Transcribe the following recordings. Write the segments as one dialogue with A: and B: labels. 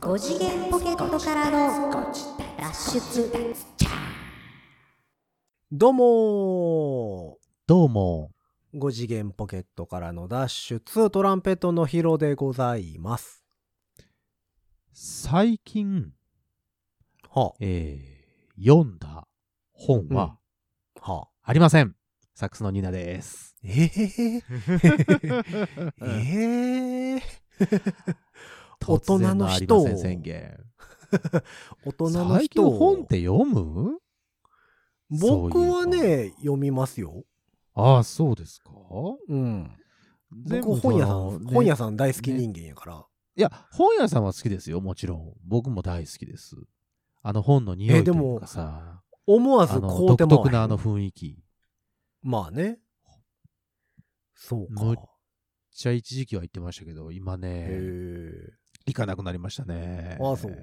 A: 5次元ポケットからの脱出
B: どうも
C: どうも。
B: ー5次元ポケットからの脱出トランペットのヒロでございます。
C: 最近、
B: は
C: えー読んだ本は
B: あ、はあ。
C: ありません。サックスのニーナです。
B: えー、えー、大人の人を
C: 突然ありません宣言。
B: 大人の
C: 最近
B: 人を
C: 本って読む
B: 僕は
C: そうい
B: ね読みますよ。
C: ああ、そうですか
B: うん。
C: 全
B: 僕
C: 部
B: 本屋さ
C: その
B: ん、
C: ね
B: 本屋さん大好き人間やから。
C: いや、本屋さんは好きですよ、もちろん。僕も大好きです。あの本の匂
B: え
C: い
B: で
C: と
B: も
C: いうかさ、
B: 思わず
C: あの
B: こうて
C: 独
B: も
C: 特なあの雰囲気。めっ
B: まあね。そうか。
C: むちゃ一時期は行ってましたけど、今
B: へ
C: ね、
B: え。
C: 行かなくなりましたね。
B: ああそう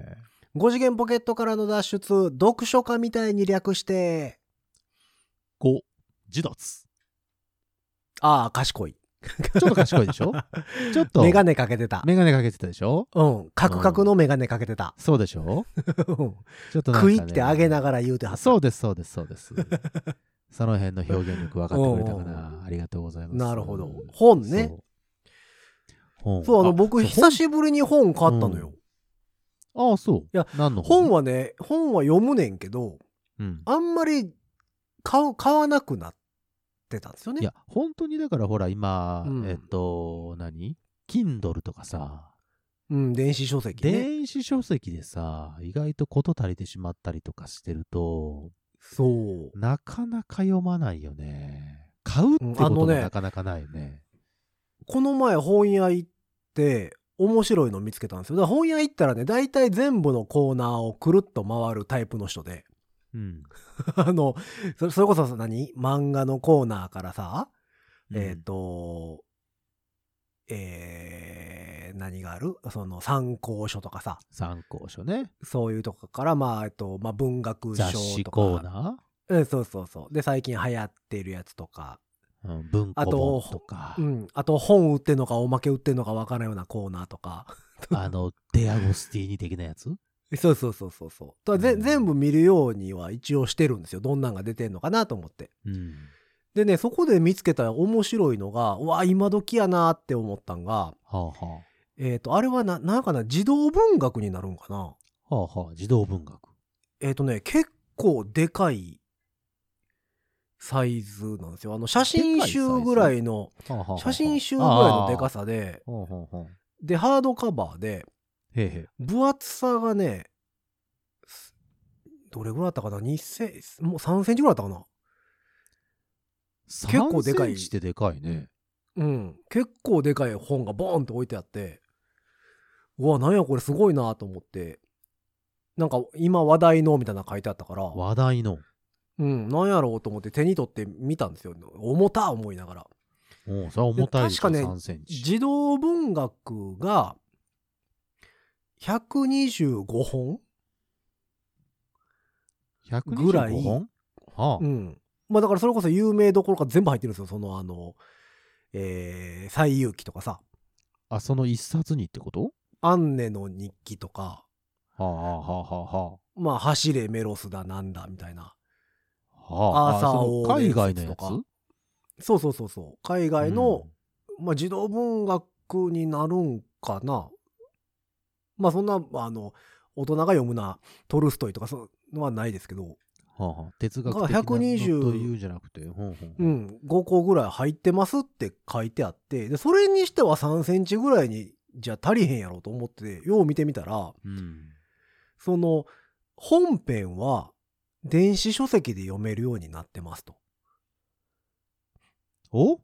B: 5次元ポケットからの脱出、読書家みたいに略して、
C: 5、自立。
B: ああ、賢い。
C: ちょっと賢いでし ょちょっと
B: メガネかけてた。
C: メガネかけてたでしょ
B: うん。カクカクのメガネかけてた。
C: そうでしょちょっとなん
B: 食
C: かね
B: いってあげながら言うてはった。
C: そうですそうですそうですその辺の表現力分かってくれたか
B: おう お
C: なありがとうございます
B: なるほど。本ね。
C: そう本
B: そう、あの、僕、久
C: ぶ
B: しぶりに本買ったのよ。
C: りああそうい
B: や
C: 何の
B: 本
C: は、
B: はね、本は読むねんけど、
C: うん、
B: あんまり買う、買わなくなってたんですよね。
C: いや本当にだからほら今、
B: うん
C: えっと何 Kindle とかさ
B: うん、電子書籍ね。
C: 電子書籍でさ意外と事足りてしまったりとかしてると
B: そう。
C: なかなか読まないよね。買うってこ
B: うんあの
C: と
B: ね
C: がなかなかないよね。
B: この前本屋行って面白いの見つけたんですよ。だから本屋行ったらね、大体全部のコーナーをくるっと回るタイプの人で。
C: うん。
B: あの、それそれこそさ何漫画のコーナーからさ、えっ、
C: うん
B: と、えー、何があるその参考書とかさ、
C: 参考書ね。
B: そういうとこから、まあ、えっと、まあ文学
C: 雑
B: 賞
C: 誌
B: と
C: コ
B: か。
C: ーナ
B: うん、そうそうそう。で、最近流行ってるやつとか。
C: ー、うん、文庫本とか、
B: うん。あと、本売ってんのか、おまけ売ってんのか分からんようなコーナーとか。
C: あの、デアゴスティーニ的なやつ
B: そうそうそうそうそう。とはぜ
C: うん
B: 全部見るようには一応してるんですよ。どんなんが出てんのかなと思って。
C: うん。
B: でね、そこで見つけた面白いのが、うわ、今時やなって思ったんが、
C: はあはあ。は
B: えっ、と、あれはな、なんやかな、児童文学になるんかな。
C: あはあ。児童文学。
B: えっ、とね、結構でかいサイズなんですよ。あの、写真集ぐらいの、
C: はあはあはあ
B: 写真集ぐらいのでか。さで、
C: あーほうほうほう
B: で、ハードカバーで、
C: へえへえ。
B: 分厚さがね、すどれぐらいあったかな ?2 センチ、もう3センチぐらいあったかな
C: 結
B: 構でかい
C: センチってでかいね。
B: うん。結構でかい本がボーンって置いてあって、うわ、なんやこれすごいなと思って、なんか今話題のみたいなの書いてあったから、
C: 話題の。
B: うん、なんやろうと思って手に取って見たんですよ。重た思いながら。
C: おうそれは重たいでしょ
B: 確かね
C: 3センチ。
B: 児童文学が125本
C: 125
B: ぐらい
C: 本はあ。
B: うん。まあだからそれこそ有名どころか全部入ってるんですよ。そのあの、えー、西遊記とかさ、
C: あ、その一冊にってこと
B: アンネの日記とか、
C: はあはあはあはあはあ。
B: まあ走れメロスだなんだみたいな。
C: はあ、
B: 朝
C: あ
B: を
C: その海外の
B: 伝説
C: や
B: と
C: つ
B: かそうそうそうそう。海外の、まあ、児童文学になるんかな。まあ、そんな、あの、大人が読むな、トルストイとか、そうのはないですけど、
C: うんはあはあ、哲学的
B: だ
C: な
B: から120
C: というんじゃなくて、ほんほん
B: うん、5個ぐらい入ってますって書いてあって、で、それにしては3センチぐらいに、じゃ足りへんやろと思って、よう見てみたら、
C: うん
B: その、本編は、電子書籍で読めるようになってますと。
C: お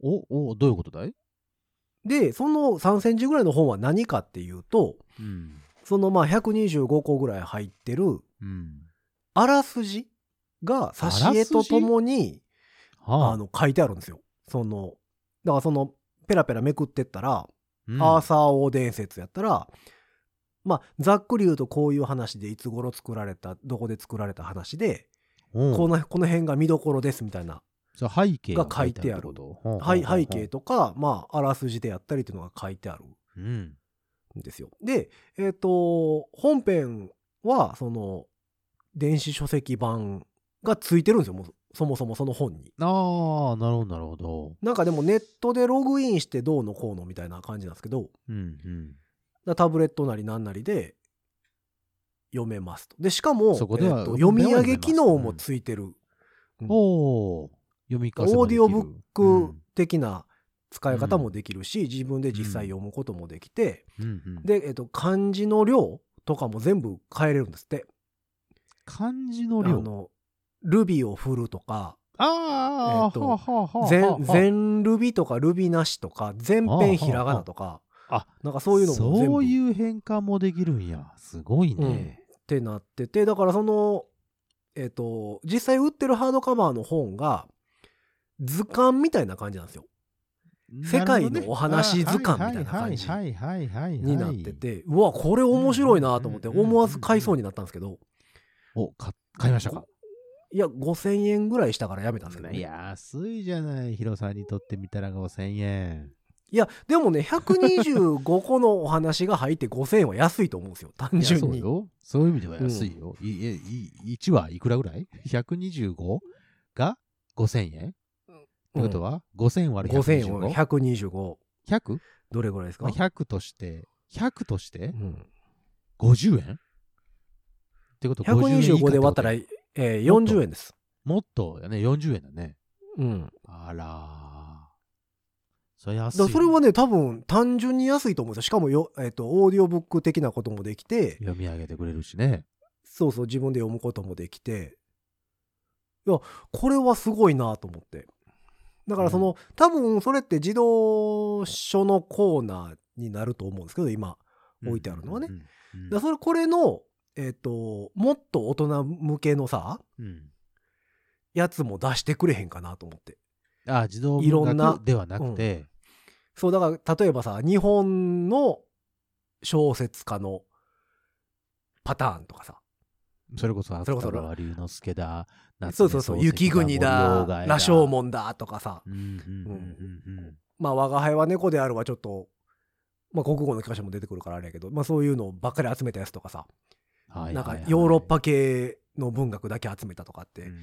C: おおどういうことだい、
B: で、その3センチぐらいの本は何かっていうと、
C: うん
B: そのまあ125個ぐらい入ってる
C: うん
B: あらすじが挿絵とともに
C: は
B: あの書いてあるんですよ。そのだからそのペラペラめくってったら、
C: うん
B: アーサー王伝説やったらまあざっくり言うとこういう話でいつ頃作られたどこで作られた話で、
C: うん
B: このこの辺が見どころですみたいな、
C: そう背景
B: が書いてある
C: ことほんほんほん
B: はい背景とか、まあ、あらすじでやったりっていうのが書いてある。
C: うん
B: ですよ。で、えっ、と、本編は、その、電子書籍版がついてるんですよ、もうそもそもその本に。
C: ああ、なるほど、なるほど。
B: なんかでもネットでログインしてどうのこうのみたいな感じなんですけど、
C: うんうん。
B: なタブレットなりなんなりで読めますと。で、しかも、
C: そこでは
B: えっと
C: 本
B: 読み
C: 編は
B: 上
C: 読め
B: げ
C: ます
B: 機能もついてる、うん
C: おお。読み聞かせ
B: オ
C: も
B: ー
C: で
B: ディ
C: きる
B: オブック的な使い方もできるし、自分で実際読むこともできて、
C: うんうんうん、
B: で、えっと、漢字の量とかも全部変えれるんですって。
C: 漢字の
B: あ
C: 量。
B: の、ルビーを振るとか、えー
C: ああ、
B: と
C: はあはあはあ
B: 全、
C: はあ
B: 全ルビとかルビなしとか、全編ひらがなとか、
C: あ
B: なんかそういうのも全
C: そう
B: 部っ
C: いう変換もできるんや。すごいね。
B: てなってて、だからその、えっと、実際売ってるハードカバーの本が、図鑑みたいな感じなんですよ。世界のお話図鑑みたいな感じ
C: はいはいはいはいはいはい
B: になって。て、うわ、これ面白いなと思って、
C: うんうんうんうん
B: 思わず買いそうになったんですけど、
C: お、か買いましたか
B: いや、5000円ぐらいしたからやめたんですけどね、
C: いや安いじゃない。ヒロさんにとってみたら5000円。
B: いや、でもね、125個のお話が入って5000円は安いと思うんですよ、単
C: いや
B: 純
C: そう
B: に。
C: よ。そういう意味では安いよ。いいい1はいくらぐらい ?125 が5000円ってことは、5000割る
B: 5000円を
C: 125?100?100
B: 125。どれぐらいですか、
C: として、100として
B: うん、
C: 50円ってこと50円以下って
B: 125
C: こと
B: で割ったら、えー40円です。
C: もっとやね、40円だね。
B: うん、
C: あらー。それ安い
B: だから
C: よ。
B: それはね多分単純に安いと思うんですよしかもよ、えー、とオーディオブック的なこともできて
C: 読み上げてくれるしね。
B: そうそう自分で読むこともできていやこれはすごいなと思ってだからその、多分それって自動書のコーナーになると思うんですけど今置いてあるのはね
C: うん。うん
B: だからそれこれのえっ、ともっと大人向けのさ
C: うん
B: やつも出してくれへんかなと思って
C: あ、自動
B: いろん
C: 文
B: な
C: 学ではなくて、
B: そうだから例えばさ日本の小説家のパターンとかさ
C: それこそ
B: それこそ
C: 芥川龍之介だ、
B: そうそうそう雪国だ羅生
C: 生。
B: 門だとかさ
C: うんうんうんうん
B: まあ我が輩は猫であるはちょっと、まあ、国語の教科書も出てくるからあれやけど、まあ、そういうのばっかり集めたやつとかさ
C: はいはいはい
B: なんかヨーロッパ系の文学だけ集めたとかっ
C: うんう
B: て
C: んうん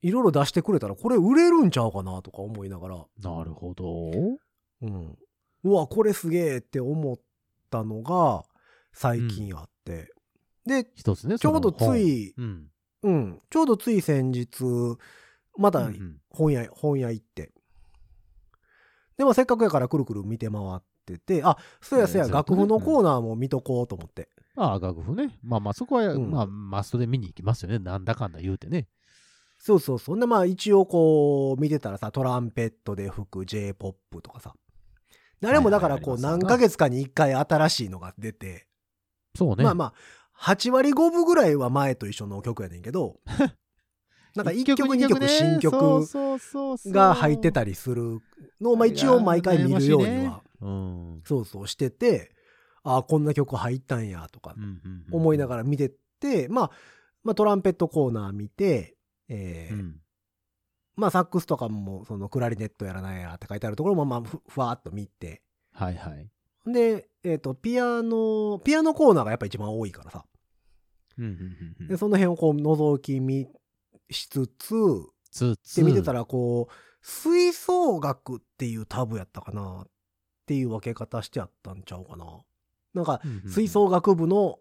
B: いろいろ出してくれたらこれ売れるんちゃうかなとか思いながら、
C: なるほど。
B: うん、うわこれすげえって思ったのが最近あって、で
C: 一つね、
B: ちょうど
C: その
B: つ
C: 本。
B: い
C: うん。
B: うん、ちょうどつい先日、ま
C: う
B: だ
C: んうん
B: 本屋、本屋行って。でもせっかくやからくるくる見て回ってて、あ、そうやそうや、
C: うん
B: 楽譜のコーナーも見とこうと思って。
C: ああ、楽譜ね。まあまあ、そこは、
B: ん
C: まあ、マストで見に行きますよね。なんだかんだ言うてね。
B: そうそうそう。で、まあ一応こう見てたらさ、トランペットで吹く J-POP とかさ。誰もだからこう
C: はいはいあ
B: 何
C: ります
B: ヶ月かに1回新しいのが出て、
C: そうね。
B: まあまあ、8割5分ぐらいは前と一緒の曲やねんけ ど、なんか1曲2曲新曲が入ってたりするのを、まあ、一応毎回見るように
C: 羨ましい
B: は
C: ね、うんうん
B: そうそうしてて、ああ、こんな曲入ったんやとか
C: うんうん、
B: 思いながら見てて、まあ、まあ、トランペットコーナー見て、えー
C: うん
B: まあ、サックスとかも、その、クラリネットやらないやらって書いてあるところも、まあ、ふふわーっと見て、
C: はいはい。
B: で、えっ、と、ピアノ、ピアノコーナーがやっぱ一番多いからさ、
C: うんうんうんう
B: で、
C: ん
B: その辺をこう、覗き見しつつ、
C: つつ
B: で見てたらこう吹奏楽っていうタブやったかなっていう分け方してあったんちゃうかななんか
C: うんうんうん
B: 吹奏楽部の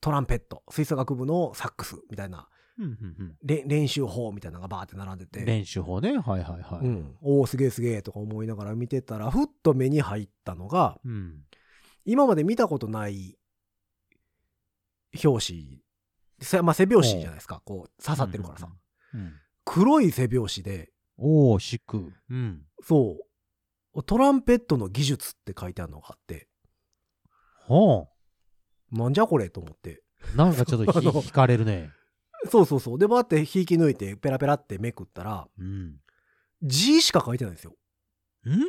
B: トランペット吹奏楽部のサックスみたいな
C: うんうん
B: れ練習法みたいなのがバーって並んで
C: うん
B: て、
C: 練習法ね。はいはいは
B: う
C: い。
B: ん、おおすげえすげえとか思いながら見てたらふっと目に入ったのが
C: うん
B: 今まで見たことない表紙せまあ、背拍子じゃないですかこう刺さってるからさ、。
C: うんうんうん
B: 黒い背拍子で
C: おお、しく。うん。
B: そう。トランペットの技術って書いてあるのがあって、
C: ほ
B: なんじゃこれと思って。
C: う。なんかちょっとひ
B: あの
C: 惹かれるね。
B: そうそうそう。で、バーって引き抜いて、ペラペラってめくったら、
C: うん。
B: 字しか書いてないんですよ。
C: んど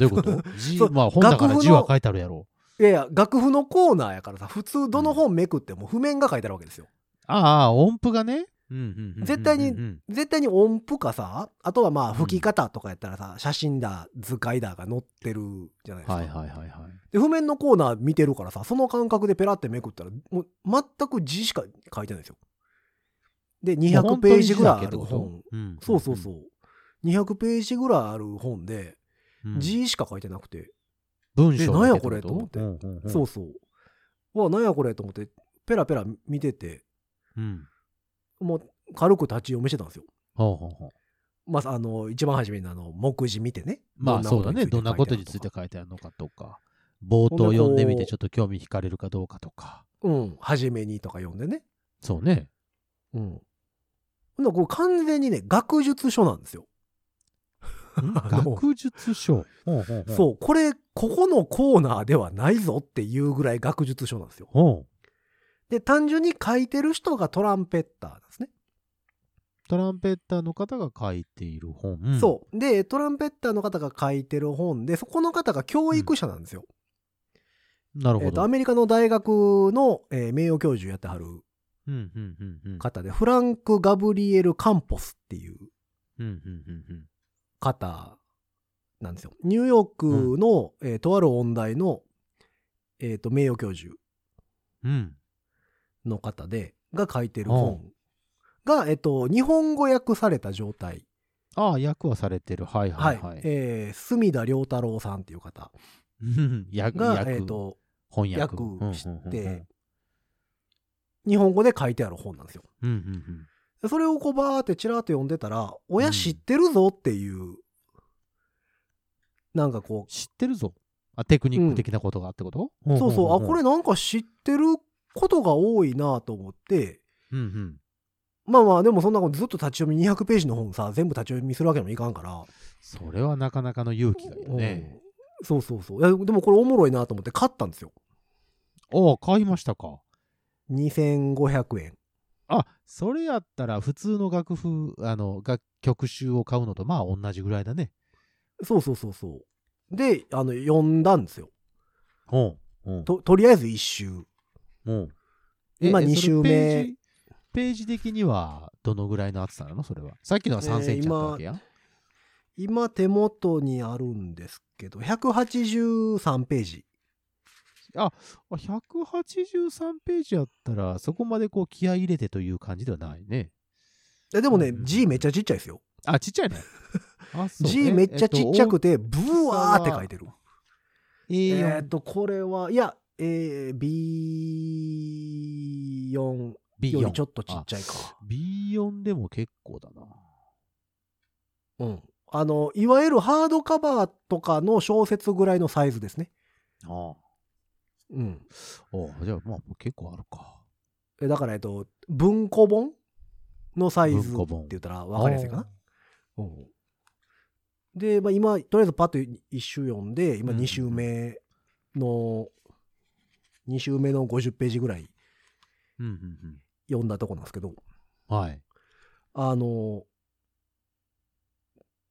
C: ういうこと 字
B: そう
C: まあ本だから
B: 楽譜の
C: 字は書いてあるやろ。
B: いやいや、楽譜のコーナーやからさ、普通どの本めくっても譜面が書いてあるわけですよ。
C: ああ、音符がね。
B: 絶対に
C: うん
B: 絶対に音符かさあとはまあ吹き方とかやったらさ、写真だ図解だが載ってるじゃないですか、
C: はいはいはいはい。
B: で譜面のコーナー見てるからさその感覚でペラってめくったらもう全く字しか書いてないんですよで200ページぐらいある本
C: うん
B: そうそうそう200ページぐらいある本で
C: うん。
B: 字しか書いてなくて、
C: 文章だけ
B: でなんやこれと思って
C: うんうんうん
B: そうそううわなんやこれと思ってペラペラ見てて
C: うん。
B: もう軽く立ち読みしてたんですよ
C: ほうほうほう
B: まあ、あの一番初めにあの目次見てね
C: まあそうだね。どんなことについて
B: か
C: 書いてあるのかとか、冒頭読んでみてちょっと興味惹かれるかどうかとか。
B: うん初めにとか読んでね
C: そうね。
B: うんほんならこれ完全にね学術書なんですよ
C: ん
B: あの
C: 学術書。ほうほうほう
B: そうこれここのコーナーではないぞっていうぐらい学術書なんですよ
C: ほう
B: で単純に書いてる人がトランペッターなんですね、
C: トランペッターの方が書いている本。
B: そうでトランペッターの方が書いてる本でそこの方が教育者なんですよ、
C: うん。なる
B: え
C: ほ
B: ーと
C: ど
B: ア。メリカの大学の、えー名誉教授やってはる
C: うんうんうんうん
B: 方でフランク・ガブリエル・カンポスっていう
C: うんうんうんうん
B: 方なんですよ。ニューヨークの、えーとある音大の、えーと名誉教授
C: うん。
B: の方でが書いてる本が、えーと日本語訳された状態、
C: ああ、役はされてる。はい
B: は
C: はいいはい。
B: えー隅田良太郎さんっていう方
C: うん役、
B: が、
C: 役、
B: えーと
C: 翻訳。
B: 訳
C: うんうんうんうん
B: して、日本語で書いてある本なんですよ。
C: うんうん
B: それをこうバーってチラーって読んでたら「親
C: うん
B: 知ってるぞ」っていう、なんかこう
C: うん、知ってるぞ。あ、テクニック的なことがってこと
B: そうそう、あ、こ、
C: ん
B: れなんか知ってることが多いなと思って、
C: うんうん。
B: まあまあ、でもそんなことずっと立ち読み200ページの本さ、全部立ち読みするわけにもいかんから。
C: それはなかなかの勇気がいるね。
B: うんそうそうそう。いや、でもこれおもろいなと思って買ったんですよ。
C: ああ、買いましたか。
B: 2500円。
C: あ、それやったら普通の楽譜、あの、楽曲集を買うのとまあ同じぐらいだね。
B: そうそうそうそう。で、あの、読んだんですよ。
C: ほう。ほう
B: と、とりあえず1周。
C: ほう。
B: 今
C: え
B: 二週目。
C: それページページ的にはどのぐらいの厚さなのそれは。さっきのは3センチだったわけや。
B: 今手元にあるんですけど、183ページ。
C: あ183ページやったら、そこまでこう気合い入れてという感じではないね。
B: えでもね
C: う、ん
B: 字めっちゃちっちゃいですよ。
C: あ、ちっち ゃいね。あ、そう
B: 字めっちゃちっちゃくて、ブワーって書いてる。
C: え
B: え
C: ー
B: ーっと、これは、いや、えー、B4 よ
C: B4
B: りちょっとちっちゃいか。
C: B4 でも結構だな。
B: うん。あの、いわゆるハードカバーとかの小説ぐらいのサイズですね。
C: あ
B: うん。
C: あ。じゃあ、まあ、結構あるか。
B: えだから、えっと、文庫本のサイズって
C: 文庫本
B: 言ったら分かりやすいかな。うん、で、まあ、今、とりあえずパッと1周読んで、今
C: うん
B: 2周目の、2周目の50ページぐらい
C: うんうん
B: 読んだとこなんですけど、
C: うん。はい。
B: あの、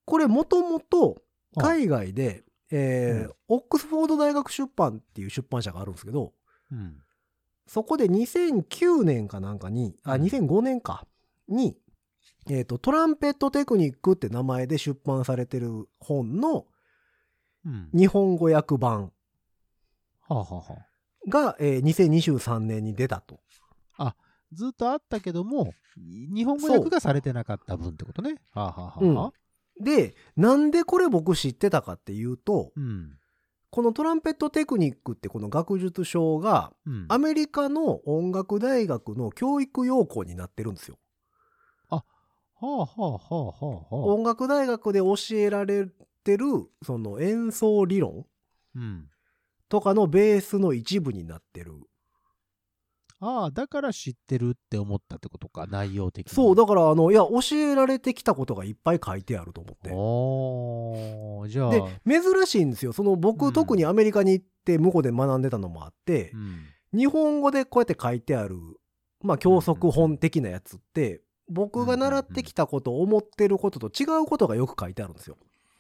B: これもともと海外で、えー
C: うん
B: オックスフォード大学出版っていう出版社があるんですけど、
C: うん。
B: そこで2009年かなんかに、あ、
C: うん
B: 2005年か、に、えーと、トランペットテクニックって名前で出版されてる本の
C: うん。
B: 日本語訳版
C: はあ、はあはあ、
B: が、えー2023年に出たと。
C: ずっとあったけども、日本語訳がされてなかった分ってことね。はあ、はあはあ、
B: で、なんでこれ僕知ってたかっていうと、
C: うん。
B: このトランペットテクニックってこの学術書が、
C: うん。
B: アメリカの音楽大学の教育要項になってるんですよ。
C: はあ、はあはあはあはあ。
B: 音楽大学で教えられてるその演奏理論
C: うん。
B: とかのベースの一部になってる。
C: ああ、だから知ってるって思ったってことか、内容的に。
B: そう、だからあの、いや、教えられてきたことがいっぱい書いてあると思っ
C: おーじゃあ、
B: て。で、珍しいんですよ。その僕、
C: うん
B: 特にアメリカに行って向こうで学んでたのもあって
C: う、ん、
B: 日本語でこうやって書いてある、まあ、教則本的なやつって、僕が習ってきたこと、思ってることと違うことがよく書いてあるんですよ。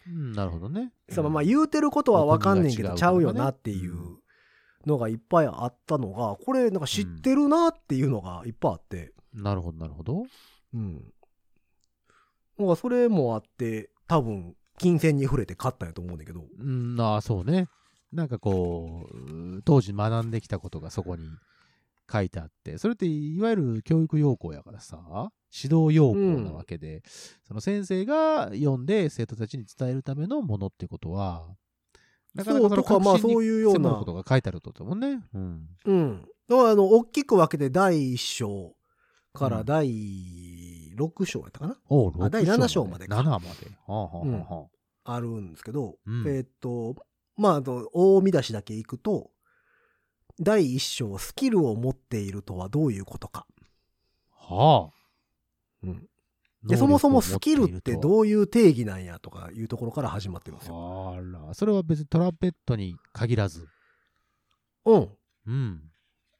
C: うんなるほどね。
B: その
C: うん
B: まあ言うてることは分かんねんけど
C: お
B: ちゃう
C: 国が違
B: よ
C: うとかね
B: なっていうのがいっぱいあったのがこれなんか知ってるなっていうのがいっぱいあって
C: なるほど、なるほど。
B: うん。なんかそれもあって、多分、金銭に触れて買ったんやと思うんだけど、
C: うん、ああ、そうね。なんかこううー、当時学んできたことがそこに書いてあって、それっていわゆる教育要項やからさ、指導要項なわけで、その先生が読んで生徒たちに伝えるためのものってことは、なかなかそ
B: そうと
C: の
B: かまあ
C: 核心に
B: そういうような
C: 迫ることが書いてあるってことだもんね。うん。
B: うん。だから、あの、大きく分けて第1章か
C: う
B: ら
C: ん
B: 第6章やったかな、
C: おう
B: あ第七章までか
C: 7まで。はあはあはあはあ
B: あるんですけど、
C: うん
B: えーっと、まあ、あの、大見出しだけいくと、第1章、スキルを持っているとはどういうことか。
C: はあ。
B: うんで、そもそもスキルって
C: う
B: どういう定義なんやとかいうところから始まってるんですよ。
C: あら、それは別にトランペットに限らず。
B: うん。
C: うん。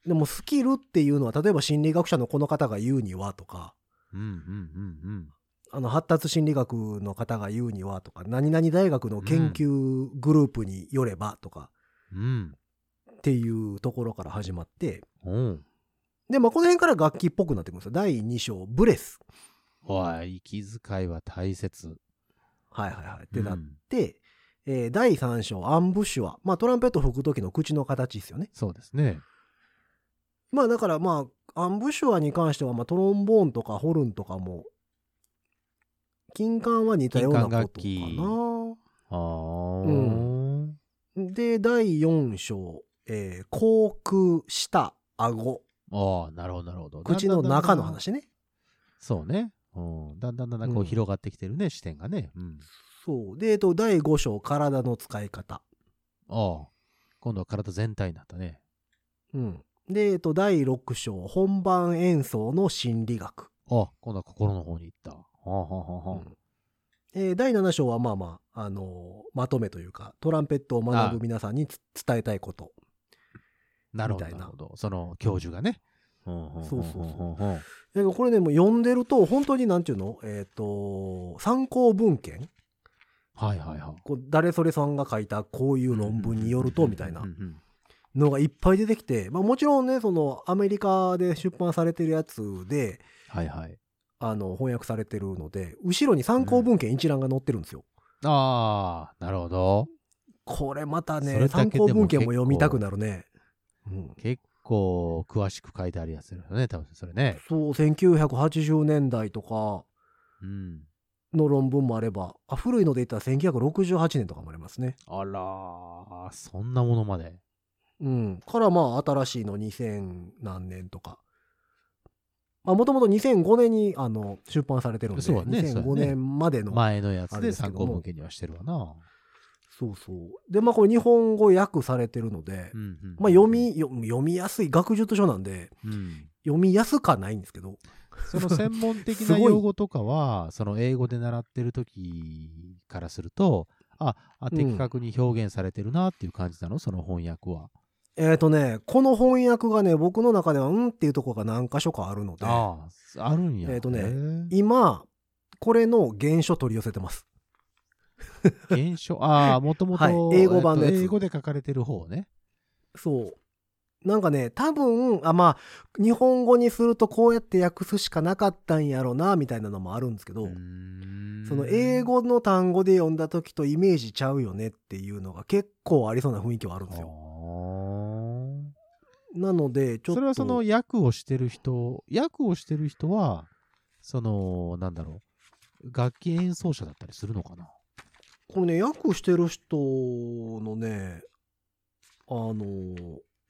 B: でもスキルっていうのは例えば心理学者のこの方が言うにはとか
C: うんうんうんうん。
B: あの発達心理学の方が言うにはとか何々大学の研究グループによればとか
C: うん。
B: っていうところから始まって
C: うん。
B: でまあこの辺から楽器っぽくなってくるんですよ第2章ブレス
C: おい、息遣いは大切。
B: はいはいはいってなって、えー第3章アンブッシュはまあトランペット吹く時の口の形ですよね
C: そうですね。
B: まあだからまあアンブシュアに関してはまあトロンボーンとかホルンとかも金管は似たようなことか
C: 金管
B: な。
C: ああ。う。
B: うんで第4章、えー口腔舌顎
C: ああ、なるほど、なるほど。
B: 口の中の
C: ね。
B: 話ね。
C: そうね。うん。だんだんだんだんこ
B: う
C: うん広がってきてるね、視点がね。うん。
B: そうで、えっと、第5章体の使い方。
C: ああ。今度は体全体になったね。
B: うん、で、えっと、第6章本番演奏の心理学。
C: ああ、今度は心の方に行った。はあはあはあはあ。
B: えー第7章はまあまあ、あのーまとめというかトランペットを学ぶ皆さんにつ伝えたいこと。
C: なるほど、
B: み
C: な
B: たいな
C: るほど。その教授がね。そう
B: そうそうそ
C: うん。
B: だけどこれねもう読んでると本当になんていうのえっ、と参考文献
C: はいはいはい。
B: こう誰それさんが書いたこういう論文によるとみたいな
C: うんうん
B: のがいっぱい出てきて、まあ、もちろんねそのアメリカで出版されてるやつで
C: はいはい。
B: あの翻訳されてるので後ろに参考文献一覧が載ってるんですよ。
C: ああ、なるほど。
B: これまた
C: そ
B: ね
C: れだ
B: 参
C: けでも
B: 考文献も読みたくなるね。うん、
C: 結構詳しく書いてあるやつだよね、多分それね。
B: そう1980年代とか
C: うん。
B: の論文もあればあ古いので言ったら1968年とかもありますね。
C: あらー、そんなものまで。
B: うん、からまあ新しいの2000何年とか。まあもともと2005年にあの出版されてるんで、
C: そうだねそ
B: 2005
C: うだね
B: 年までの。
C: 前のやつ
B: あれ
C: で
B: ですけ
C: 参
B: ども
C: 考文献にはしてるわな。
B: そうそう。で、まあこれ日本語訳されてるので、
C: うんうん
B: まあ読、み、よ読みやすい学術書なんで、
C: うん
B: 読みやすかないんですけど、
C: その専門的
B: す
C: な
B: ごい
C: 用語とかは、その英語で習ってる時からすると、あ、あ
B: うん
C: 的確に表現されてるなっていう感じなの、その翻訳は。
B: えっ、とね、この翻訳がね、僕の中ではうんっていうところが何箇所かあるので、
C: ああ、あるんや。
B: えーとね
C: へー
B: 今、これの原書取り寄せてます。
C: 原書、ああ、もともと、
B: はい英語版のやつ
C: えーと英語で書かれてる方ね。
B: そう。なんかね、多分、あ、まあ、日本語にするとこうやって訳すしかなかったんやろな、みたいなのもあるんですけど、そ
C: そ
B: の英語の単語で読んだ時とイメージちゃうよねっていうのが結構ありそうな雰囲気はあるんですよ。
C: そ
B: なので、ちょっと。
C: れはその役をしてる人役をしてる人はそのなんだろう楽器演奏者だったりするのかな
B: このね、訳してる人のね、あの、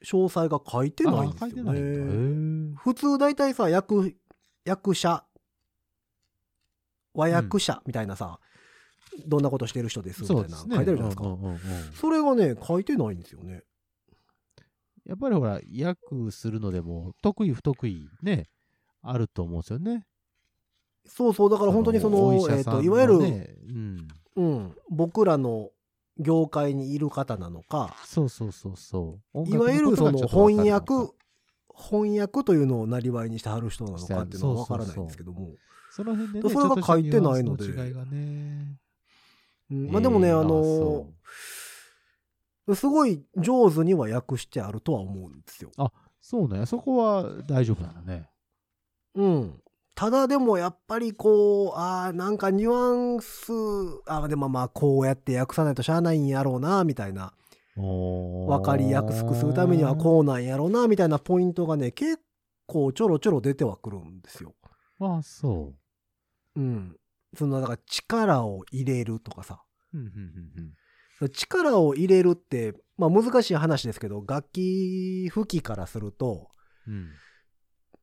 B: 詳細が書いてないんで
C: あ書
B: す
C: いて
B: よ
C: な
B: ね。
C: いんだへ
B: 普通大体さ、訳、訳者、和訳者みたいなさ、どんなことしてる人ですみた
C: えそう
B: い
C: で
B: な、
C: す
B: 書い
C: ね
B: てあるじゃないですか。
C: うんうんうんうん
B: それがね、書いてないんですよね。
C: やっぱりほら役するのでも得意不得意ねあると思うんですよね
B: そうそう、だから本当にその、
C: お医
B: え
C: 者
B: っ
C: さん
B: と、
C: の
B: いわゆる、
C: ねうん
B: うん、僕らの業界にいる方なのか、
C: そうそうそうそう音
B: い
C: 楽
B: わゆ
C: こ
B: るそ
C: とがちょ
B: の
C: っとわかる
B: 翻
C: か
B: 訳、翻訳というのをなりわいにしてはる人なのかっていうのはわからないんですけども。
C: その辺で
B: そ
C: ね
B: れが
C: ちょっとした
B: 書いてないので
C: ニュアンス違いがね
B: うんまあでもね、
C: えー
B: あ
C: あ
B: の
C: そ
B: すごい上手には訳してあるとは思うんですよ。
C: そうねそこは大丈夫なのね
B: うん。ただでもやっぱりこう、ああ、なんかニュアンス、ああ、でもまあこうやって訳さないとしゃあないんやろうな、みたいな。分
C: 分
B: かりやすくするためにはこうなんやろうな、みたいなポイントがね、結構ちょろちょろ出てはくるんですよ。
C: う。ああ、そ
B: うん。その、だから力を入れるとかさ。
C: う。うんうん
B: 力を入れるって、まあ難しい話ですけど、楽器吹きからすると、
C: うんうん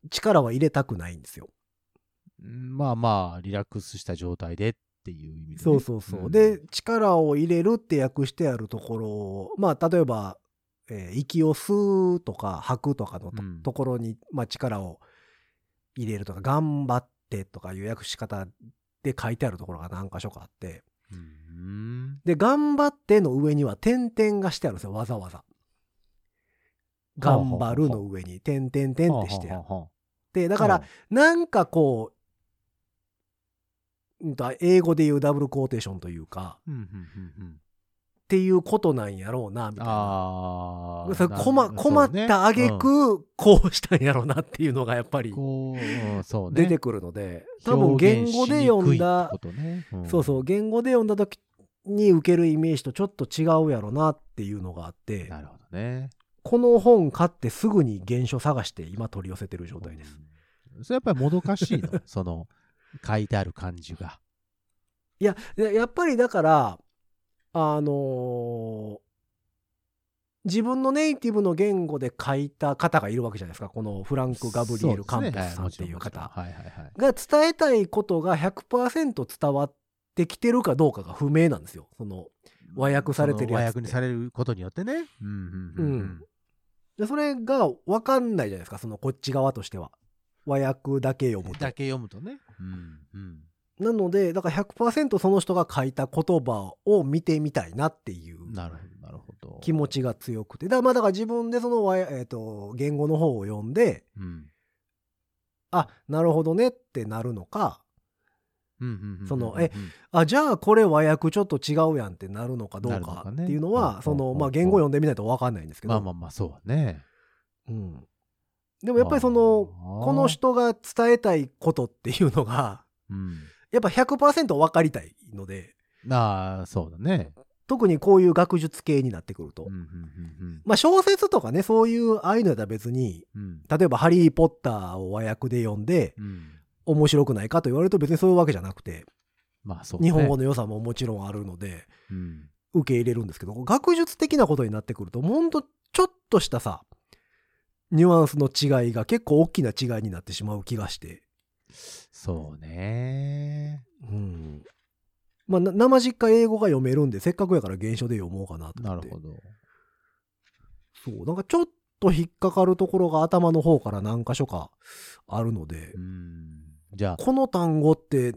B: 力は入れたくないんですよ。
C: うんまあまあ、リラックスした状態でっていう意味でね。
B: そうそうそう。
C: ん
B: で、、力を入れるって訳してあるところを、まあ、例えば、えー息を吸うとか吐くとかのと,、
C: うん
B: ところに、まあ、力を入れるとか、頑張ってとかいう訳し方で書いてあるところが何箇所かあって、
C: うん。
B: で、頑張っての上には点々がしてあるんですよ、わざわざ。頑張るの上に点々点ってしてあ
C: は
B: っ
C: あはあはあ、
B: て、だから、なんかこう、うんと英語で言うダブルコーテーションというか、
C: うん、うんうんうんうん。
B: っていうことなんやろうな、みたいな。
C: ああ。
B: それ困
C: なる
B: 困っ
C: そうね
B: た挙
C: うん
B: 句、こうしたんやろうなっていうのがやっぱり
C: こう、うんそうね。
B: 出てくるので、多分言語で読んだ
C: 表現しにくいってこ、とねん
B: そうそう、言語で読んだ時に受けるイメージとちょっと違うやろうなっていうのがあって、
C: なるほどね。
B: この本買ってすぐに原書探して今取り寄せてる状態です。
C: うん。それやっぱりもどかしいの その、書いてある感じが。
B: いや、でやっぱりだから、あのー自分のネイティブの言語で書いた方がいるわけじゃないですか。このフランク・ガブリエル・カ
C: そうで
B: ン
C: す
B: ポ
C: ね
B: スさんっていう方。
C: はいもちろんもちろんはいはいはい。
B: が伝えたいことが100%伝わってきてるかどうかが不明なんですよ。その和訳されてるやつって
C: その和訳にされることによってね。うんうんうんうん。
B: でそれが分かんないじゃないですかそのこっち側としては。和訳だけ読むと
C: だけ読むとね。うんうん。
B: なのでだから100%その人が書いた言葉を見てみたいなっていう
C: なるほど、なるほど。
B: 気持ちが強くてだからまあだから自分でその和、えー、と言語の方を読んで
C: うん。
B: あなるほどねってなるのか
C: うんうんうんうん。
B: そのえあじゃあこれ和訳ちょっと違うやんってなるのかどう
C: なるの
B: か
C: かね
B: っていうの
C: うんう
B: は
C: ん
B: そ
C: うんう
B: の
C: ん
B: まあ言語読んでみないと分かんないんですけど
C: まあまあまあ、そうだね。
B: うん、で
C: で
B: もやっぱりその、この、人が伝えたいことっていうのが
C: うん。
B: やっぱ100%分かりたいので
C: ああ、そうだね。
B: 特にこういう学術系になってくると、
C: うんうん
B: まあ小説とかねそういうああいうのやったら別に
C: うんうん。
B: 例えば「ハリー・ポッター」を和訳で読んで
C: うんうん。
B: 面白くないかと言われると別にそういうわけじゃなくて
C: まあそうね。
B: 日本語の良さももちろんあるので
C: うん。
B: 受け入れるんですけど学術的なことになってくるとほんとちょっとしたさニュアンスの違いが結構大きな違いになってしまう気がして。
C: そうね。
B: うん。まあ、な生実家英語が読めるんで、せっかくやから原書で読もうかなと
C: な
B: 思っ
C: る
B: て。
C: ほど。
B: そう。なんかちょっと引っかかるところが頭の方から何箇所かあるので
C: う、ん。じゃあ、
B: この単語って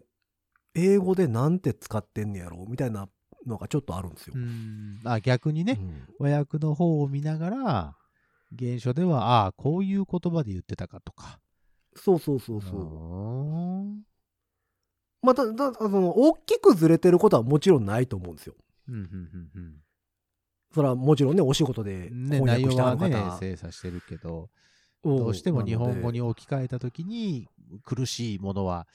B: 英語でなんて使ってんねやろみたいなのがちょっとあるんですよ
C: う。ん。あ、逆にね、
B: うん
C: 和訳の方を見ながら、原書では、ああ、こういう言葉で言ってたかとか。
B: そうそうそう
C: う
B: そう。
C: ーん
B: まあただ、その、大きくずれてることはもちろんないと思うんですよ。
C: うんうんうん
B: それはもちろんね、お仕事で
C: うんね、
B: 翻
C: 内
B: 訳
C: 容
B: してあ
C: は
B: る方、
C: ね、精査してるけど、
B: うん
C: どうしても日本語
B: なので
C: に置き換えたときに、苦しいものは、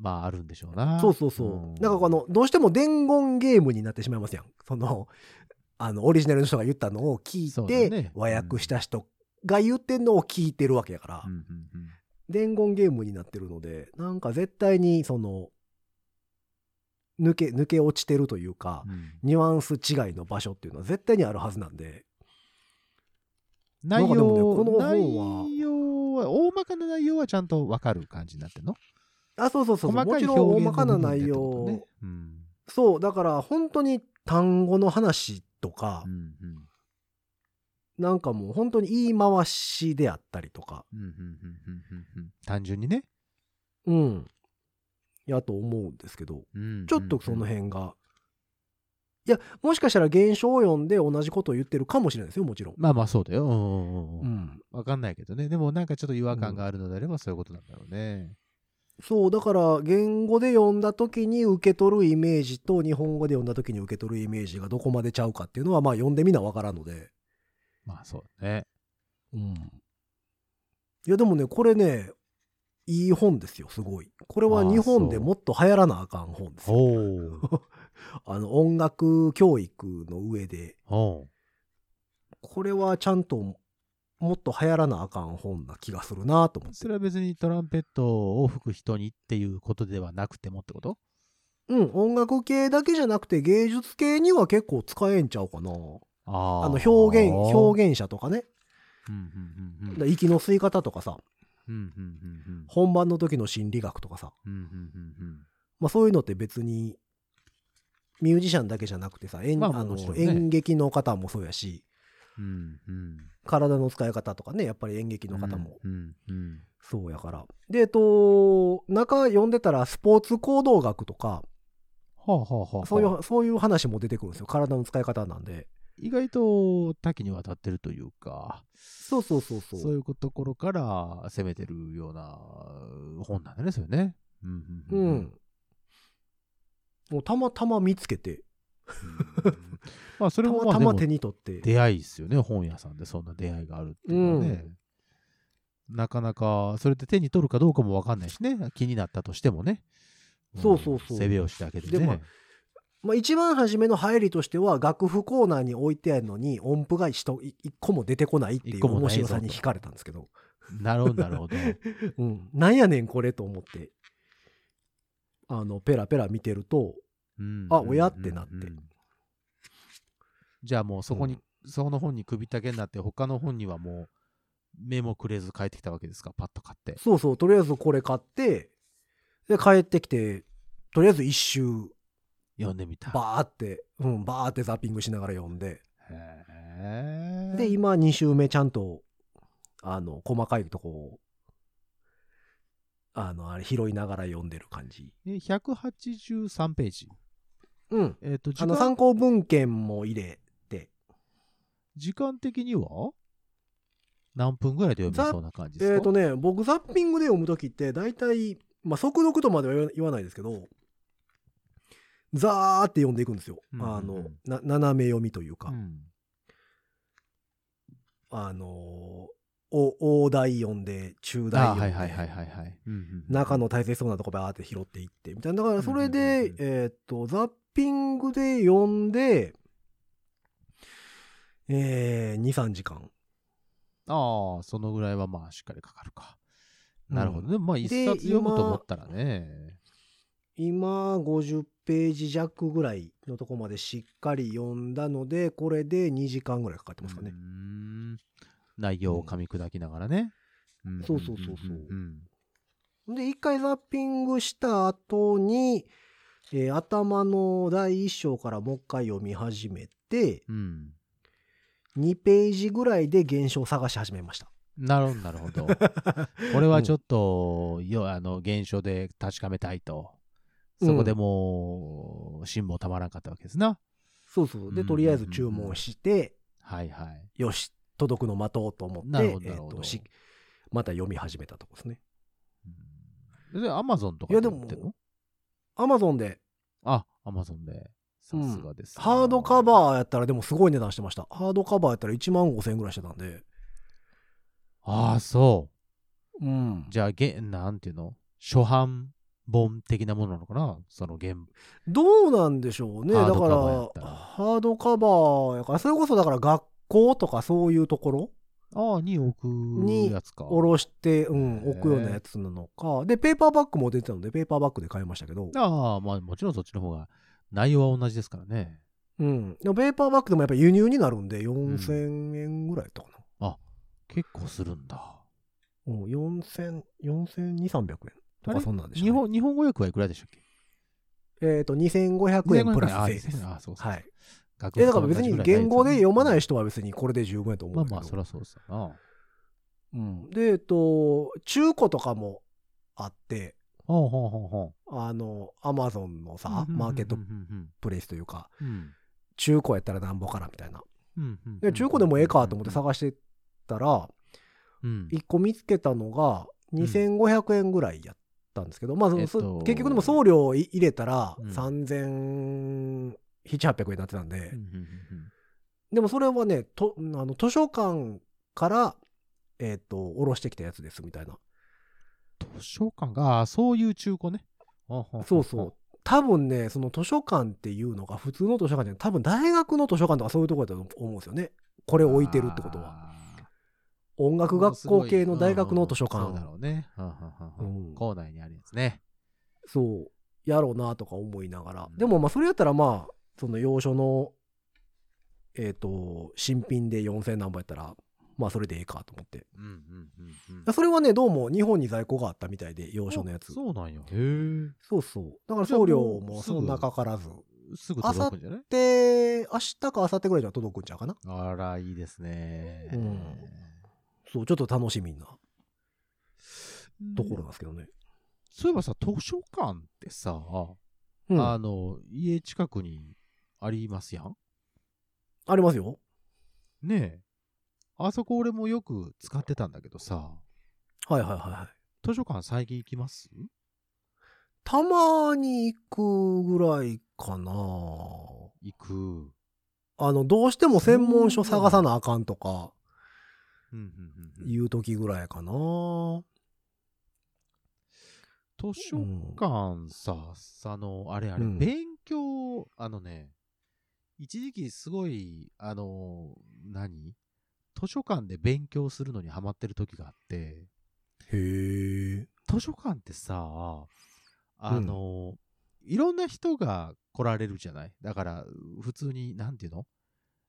C: まああるんでしょうな。
B: そうそうそう。
C: ん
B: なんかこ、の、どうしても伝言ゲームになってしまいますやん。その、あの、オリジナルの人が言ったのを聞い
C: そう
B: て、
C: だね
B: 和訳した人が言ってんのを聞いてるわけやから、
C: うんうんうん
B: 伝言ゲームになってるので、なんか絶対に、その、抜け、抜け落ちてるというか、
C: うん
B: ニュアンス違いの場所っていうのは絶対にあるはずなんで、
C: 内
B: なんかでもね
C: 容、
B: この本は
C: 内容は、大まかな内容はちゃんとわかる感じになってんの
B: あ、そうそうそうそう、
C: 細
B: も
C: かい
B: ちろん大
C: 表現
B: まかな
C: の部分
B: 内
C: でって
B: 容
C: ことね。うん
B: そう、だから本当に単語の話とか
C: う、んうん
B: なんかもう本当に言い回しであったりとか、
C: うんうんうんうんうんうん単純にね。
B: うん。やと思うんですけど、ちょっとその
C: 辺
B: 辺が。いや、もしかしたら現象を読んで同じことを言ってるかもしれないですよ、もちろん。
C: まあまあそうだよ。うんうんう
B: うん
C: うん
B: ん。
C: わかんないけどね。でもなんかちょっと違和感があるのであればそういうことなんだろうね。
B: そう、だから言語で読んだ時に受け取るイメージと日本語で読んだ時に受け取るイメージがどこまでちゃうかっていうのは、まあ読んでみなわからんので。
C: まあそうだね。
B: うん。いや、でもね、これね、いいい本ですよ、すごい。これは
C: あー
B: 日本でもっと流行らなあかん本ですよ。
C: おー
B: あの、音楽教育の上で、
C: お
B: これはちゃんともっと流行らなあかん本な気がするなと思
C: ー
B: って
C: そ。れは別にトランペットを吹く人にっていうことではなくてもってこと
B: うん、音楽系だけじゃなくて芸術系には結構使えんちゃうかな。
C: あ
B: あの、表現、
C: 現。
B: 表現者とかね。
C: うんうんうんうん
B: だ息の吸い方とかさ、
C: うんうんうんうん
B: 本番の時の心理学とかさ。
C: うんうんうん
B: まあそういうのって別に、ミュージシャンだけじゃなくてさ、演
C: まあ
B: あの
C: もちろんね
B: 演劇の方もそうやし、
C: うんうん
B: 体の使い方とかね、やっぱり演劇
C: う
B: の
C: ん
B: 方も
C: うんうん
B: そうやから。で、えっと、中読んでたらスポーツ行動学とか、
C: はあはあはあはあ
B: そういう、そういう話も出てくるんですよ。体の使い方なんで。
C: 意外と多岐にわたってるというか
B: そうそうそうそう。
C: そういうところから攻めてるような本なんだねそれねうんう
B: うん
C: うん
B: ん。もうたまたま見つけて、
C: うんまあそ
B: た
C: れも
B: ま
C: まあ
B: た
C: で
B: ま
C: も
B: 手に取って。
C: 出会いですよね本屋さんでそんな出会いがあるっていうのはね、なかなかそれって手に取るかどうかも分かんないしね気になったとしてもね
B: そうそうそうん
C: 背拍子だけでね
B: でまあまあ、一番初めの入りとしては、楽譜コーナーに置いてあるのに、音符が一とい一個も出てこないってい
C: 一
B: う
C: 個もない
B: 面
C: ぞ
B: 白さに惹かれたんですけど、
C: なるほどな るほど
B: うん。なんやねん、これと思って、あの、ペラペラ見てると、
C: うん
B: あ親ってなって
C: じゃあもうそこに、
B: う
C: その本に首だけになって他の本にはもう目もくれず帰ってきたわけですかパッと買って
B: そうそう、とりあえずこれ買って、で、帰ってきて、とりあえず一周、
C: 読んでみた
B: バーって、うん、バーってザッピングしながら読んで、
C: へー
B: で、今2週目ちゃんと、あの、細かいとこを、あの、あれ拾いながら読んでる感じ。
C: え183ページ
B: うん。
C: えっ、と時
B: あの、
C: 間
B: 参考文献も入れて、
C: 時間的には何分ぐらいで読めそうな感じですか
B: えっ、とね、僕ザッピングで読むときって、大体、まあ、速読とまでは言わ言わないですけど、ザーって読んでいくんですよ。
C: うんうんうん
B: あの、な斜め読みというか、
C: うん
B: あのーお、大台読んで、中台
C: あ
B: 読ん
C: は
B: で、
C: いはいはいはいはい、うんうんうん
B: 中の大切そうなとこばーって拾っていってみたいなだからそれ
C: うんうん
B: で
C: うん
B: えーっとザッピングで読んでえー23時間
C: ああそのぐらいはまあしっかりかかるかなるほど、
B: う
C: でもまあ一
B: で
C: 冊読むと思ったらね
B: 今50ページ弱ぐらいのとこまでしっかり読んだのでこれで2時間ぐらいかかってますかね
C: うーん内容を噛み砕きながらね。ん
B: そうそうそうそうん
C: ん
B: で一回ザッピングした後にえー頭の第一章からもう一回読み始めて
C: うん。
B: 2ページぐらいで現象を探し始めました
C: なるほど、なるほ ど。これはちょっと、よあの、現象で確かめたいと。そこでもう、辛抱たまらんかったわけですな。
B: そうそうでとりあえず注文して
C: はいはい。
B: よし、届くの待とうと思って、
C: なるほど
B: えー
C: なるほど
B: としまた読み始めたとこですね。
C: うんで、アマゾンと
B: い
C: か
B: や
C: で
B: で
C: 売
B: も
C: ってんの
B: アマゾンで、
C: あ、アマゾンで。さすがです、
B: ハードカバーやったらでもすごい値段してました。ハードカバーやったら1万5千円ぐらいしてたんで。
C: ー。ああ、そう。
B: うん。
C: じゃあ、げなんていうの初版本的なものなのかなその原
B: どうなんでしょうね。
C: ハ
B: だ
C: ー
B: から、
C: ドカバーやったら
B: ハードカバーやから、それこそだから学校とかそういうところ、
C: ああ、に置くやつか。
B: おろして、うん、
C: へえ
B: 置くようなやつなのか。で、ペーパーバッグも出てたので、ペーパーバッグで買いましたけど。
C: ああ、まあもちろんそっちの方が内容は同じですからね。
B: うん。でもペーパーバッグでもやっぱ輸入になるんで、4000円ぐらいだったかな。
C: 結構するんだ。
B: うん、4000、4200300円と
C: あれ
B: かそんなんでし
C: 日
B: ょ、ね。
C: 本日本語訳はいくらでしたっけ
B: えっ、と、2500円プラス税です。
C: 2500円ああ、そうそう。
B: はい。
C: 学
B: え、
C: 部
B: だか
C: と
B: ら
C: 同
B: 別
C: じぐ
B: に
C: ら
B: 言語で読まない
C: し。
B: 人は別にこれで十分やと思
C: ま
B: う
C: あ
B: けど。
C: まあ、そりゃそうですよな。
B: うん。で、えっ、と、中古とかもあって、
C: ほうほうほうほ
B: あの、アマゾンの
C: う。
B: さ、
C: うん
B: マーケット
C: うんうん
B: プレイスというか、
C: うん
B: 中古やったらなんぼからみたいな。
C: うんうんうん
B: で、中古でもええかと思って探してたら、
C: うん
B: 一個見つけたのが、2500円ぐらいやったんですけど、まあ、その
C: えっと
B: 結局でも送料をい入れたら
C: うん
B: 3700、800円になってたんで、
C: うんうんうん
B: でもそれはねとあの図書館からえっ、と下ろしてきたやつですみたいな
C: 図書館が、あーそういう中古ね。あはは
B: そうそう。多分ね、その図書館っていうのが普通の図書館じゃない、多分大学の図書館とかそういうところだと思うんですよね。これ置いてるってことは。
C: あー。
B: 音楽学校系の大学の図書
C: うんうんうんそうだ
B: 館。
C: ろうね。うんうんうんう
B: うんん
C: 校内にあるやつね。
B: そう、やろうなとか思いながら
C: う。ん
B: でもまあ、それやったらまあ、その洋書の、えっと、新品で4000何本やったら、まあ、それでええかと思って。
C: うんうんうん
B: それはね、どうも日本に在庫があったみたいで、洋書のやつ。
C: そうなんや。へえ。
B: そうそう。だから送料もそんなかからず。
C: すぐ届くんじゃない
B: で、明日か明後日ぐらいには届くんちゃうかな。
C: あら、いいですね。
B: うんそう、ちょっと楽しみなところなんですけどね。
C: そういえばさ、図書館ってさ、
B: うん
C: あの、家近くにありますやん
B: ありますよ。
C: ねえ。あそこ俺もよく使ってたんだけどさ、
B: はいはいはいはい。
C: 図書館最近行きます
B: たまに行くぐらいかな
C: 行く。うん
B: あの、どうしても専門書探さなあかんとか
C: うんうんうん
B: いう時ぐらいかな
C: 図書館さ、あの、あれあれ、
B: うん
C: 勉強、あのね、一時期すごい、あの、何図書館で勉強するのにハマってる時があって、
B: へえ。
C: 図書館ってさ、あの、いろんな人が来られるじゃないだから、普通に、なんていうの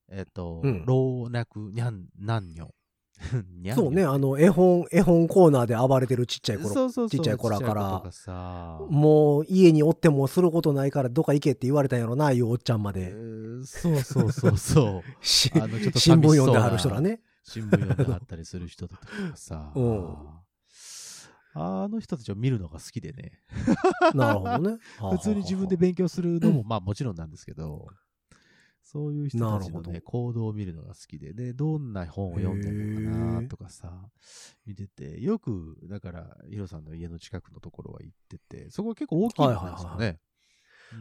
C: えっと、
B: うん
C: 老若にゃん、男女。 にゃんにょ
B: そうね、。あの、絵本、絵本コーナーで暴れてるちっちゃい頃。
C: そうそうそう。
B: ちっちゃい頃から
C: ちっちゃい子とさ
B: もう家におってもすることないからどっか行けって言われたんやろな、いうおっちゃんま
C: え
B: で。
C: ーそうそうそうそう。
B: し
C: あのちょっと寂しそう
B: 新
C: な
B: 聞読んではる人らね。、
C: 新聞読んであったりする人とかさ
B: うん
C: あの人たちを見るのが好きでね、
B: なる ほどね。
C: 普通に自分で勉強するのも、まあもちろんなんですけど、そういう人たちの、
B: なるほ
C: ね、
B: ど
C: 行動を見るのが好きで、で、どんな本を読んでるのかなとかさ、見てて、よく、だから、ヒロさんの家の近くのところは行ってて、そこは結構大きいんですよ
B: はいはい
C: ね。うん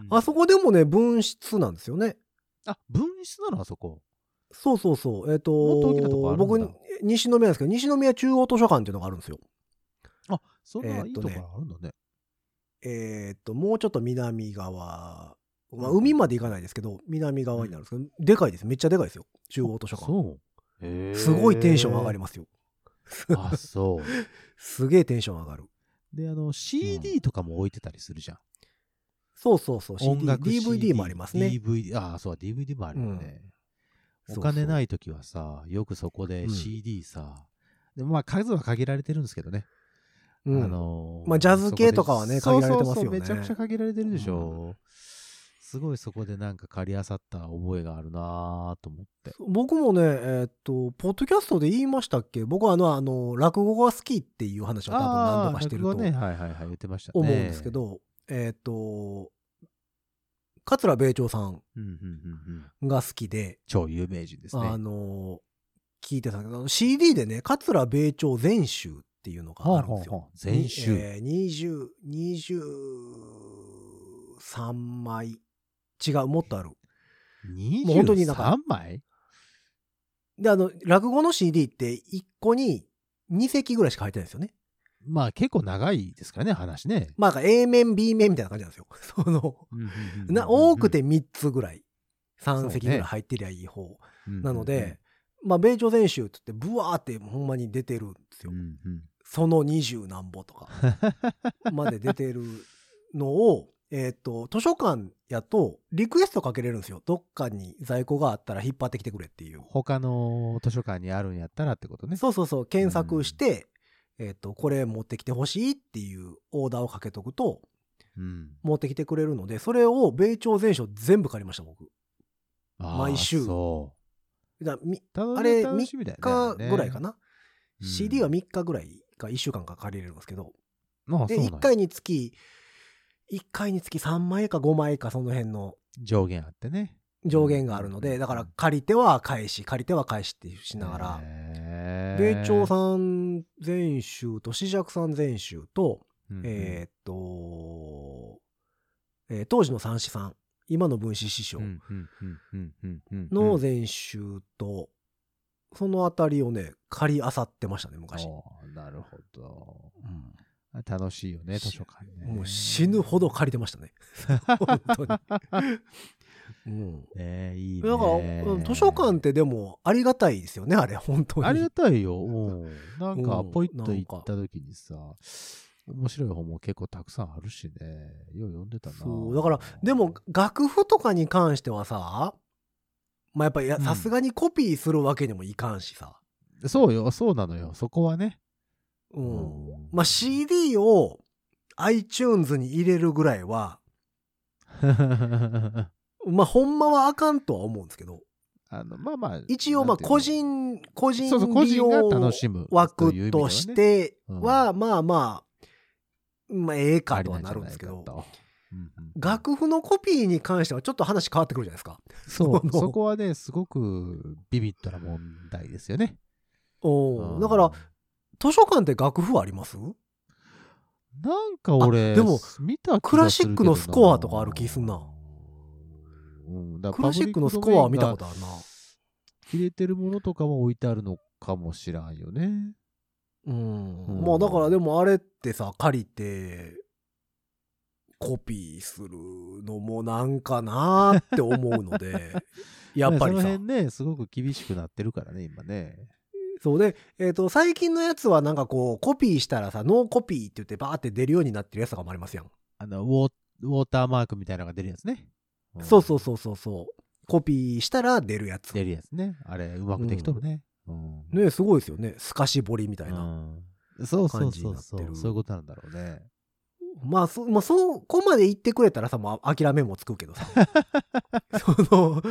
B: あそこでもね、分室なんですよね。
C: あ、分室なのあそこ。
B: そうそうそう。えっ、
C: もっと大きなとこあ
B: と、
C: るんだ
B: 僕、西宮なんですけど、西宮中央図書館っていうのがあるんですよ。
C: あ、そん
B: えーっ
C: ないいと
B: と
C: こ
B: ね
C: ろあるんだね。
B: えっ、と、もうちょっと南側、まあ、
C: うん
B: 海まで行かないですけど、南側になるんですけど、でかいです。めっちゃでかいですよ。中央図書館。
C: そう。へー
B: すごいテンション上がりますよ。
C: あ、そう。
B: すげえテンション上がる。
C: で、 あの、CD とかも置いてたりするじゃん。
B: そうそうそう。
C: 音楽
B: CD
C: CD
B: DVD もありますね。
C: DVD、ああ、そう、DVD もあるよね。
B: うん。
C: お金ないい時はさ、よくそこで
B: うん
C: CD さ、でまあ数は限られてるんですけどね。
B: うん
C: あのー
B: まあジャズ系とかはね
C: そこで
B: 限られてますよね
C: そうそうそうめちゃくちゃ限られてるでしょ。すごいそこでなんか借りあさった覚えがあるなーと思って。
B: 僕もね、えっ、と、ポッドキャストで言いましたっけ僕はあの、あの、落語が好きっていう話は多分何度かしてると
C: あー落語ね、はいはいはい、言ってましたね。
B: 思うんですけ。ど、えっ、と、桂米朝さん
C: うんうんうんうん。
B: が好きで、
C: 超有名人ですね。
B: あの、聞いてたんですけどあの、CD でね、桂米朝全集っていうのがあるんですよ。
C: はあはあはあ全集
B: にえー、20、23枚。違う、もっとある。
C: 23
B: もう本当になんか
C: 枚
B: で、あの、落語の CD って1個に2席ぐらいしか入ってないんですよね。
C: まあ結構長いですからね、話ね。
B: まあ、なんか A 面、B 面みたいな感じなんですよ。 その、な多くて3つぐらい3席ぐらい入ってりゃいい方、なので、まあ米朝全集って言ってブワーってほんまに出てるんです
C: う
B: よ、
C: んうんうん、
B: その二十何歩とかまで出てるのをえっと図書館やとリクエストかけれるんですよどっかに在庫があったら引っ張ってきてくれっていう、
C: 他の図書館にあるんやったらってことね。
B: そうそうそう検索して、えっとこれ持ってきてほしいっていうオーダーをかけとくと
C: うん
B: 持ってきてくれるのでそれを米朝全書全部借りました僕
C: あー
B: 毎週
C: そ
B: だからみ
C: う楽
B: あれ
C: 楽しみだよね
B: 3日ぐらいか。な、
C: うん
B: CD は3日ぐらいか1週間か借りれるんですけど、
C: あ
B: で
C: そうなん
B: 1
C: や
B: 回につき1回につき3枚か5枚かその辺の
C: 上限あってね。
B: 上限があるので、だから借りては返し借りては返しってしながら、
C: ら
B: 米朝さん全集と四尺さん全集と、
C: ん
B: えーっと、えー当時の三子さん今の分子師匠
C: うんうんうんうんうんうんうん
B: の全集と、その辺りをね借り漁ってましたね昔。
C: おーなるほど。
B: うん
C: 楽しいよね、図書館ね。
B: もう死ぬほど借りてました ね。本当に。うん
C: ねいいね。
B: だからうん図書館ってでもありがたいですよねあれ本当に
C: ありがたいよ。うんなんか
B: うん、
C: ポイッと
B: なん
C: 行
B: か
C: った時にさ、面白い本も結構たくさんあるしね。よう読んでたな。
B: そうだからでも、楽譜とかに関してはさまあやっぱりや
C: うん
B: さすがにコピーするわけにもいかんしさ、
C: そうよ、そうなのよ。そこはね。
B: うんまあ CD を iTunes に入れるぐらいはまあほんまはあかんとは思うんですけ応
C: あのまあまあ。
B: 一応まあ
C: なんていうの
B: 個人個人
C: そうそう個
B: 利
C: 人
B: 用
C: が楽しむ
B: 枠とし、て
C: という意味ではね
B: はまあまあまあええ
C: という
B: か
C: 意味で
B: と
C: は
B: は
C: ね
B: なるんですけど。
C: ありなんじゃないかと うんうん
B: 楽譜のコピーに関してはちょっと話変わってくるじゃないですか。
C: そ
B: あ
C: う
B: の
C: そこはねすごくビビッドな問題ですよね。
B: お
C: う
B: ー
C: ん
B: だから図書館って楽譜あります
C: なんか俺
B: あでも
C: 見た気がするけどな
B: クラシックのスコアとかある気すんな。
C: うん、だ
B: ク
C: から
B: ラシックのスコアは見たこ
C: パ
B: とあるな。
C: ブリックドメインが入れてるものとかは置いてあるのかもしらんよね。
B: うん
C: うん
B: まあだからでもあれってさ借りてコピーするのもなんかなーって思うの でやっぱり
C: ね
B: さ
C: その辺ねすごく厳しくなってるからね今ね。
B: そうで、えー、と最近のやつはなんかこうコピーしたらさノーコピーって言ってバーって出るようになってるやつとかもありますやん。
C: あのウォーウォーターマークみたいなのが出るやつね。ん
B: そうそうそうそうそうコピーしたら出るやつ。
C: 出るやつね。あれ、うまくできとるね。うん。
B: ねすごいですよね透かし彫りみたいな。
C: うんそうそ
B: 感
C: う
B: じ
C: そ
B: に
C: う
B: なって
C: そ
B: る
C: う。そういうことなんだろうね。
B: まあそ、まあ、そこまで言ってくれたらさ、もう諦めもつくけど さ。その、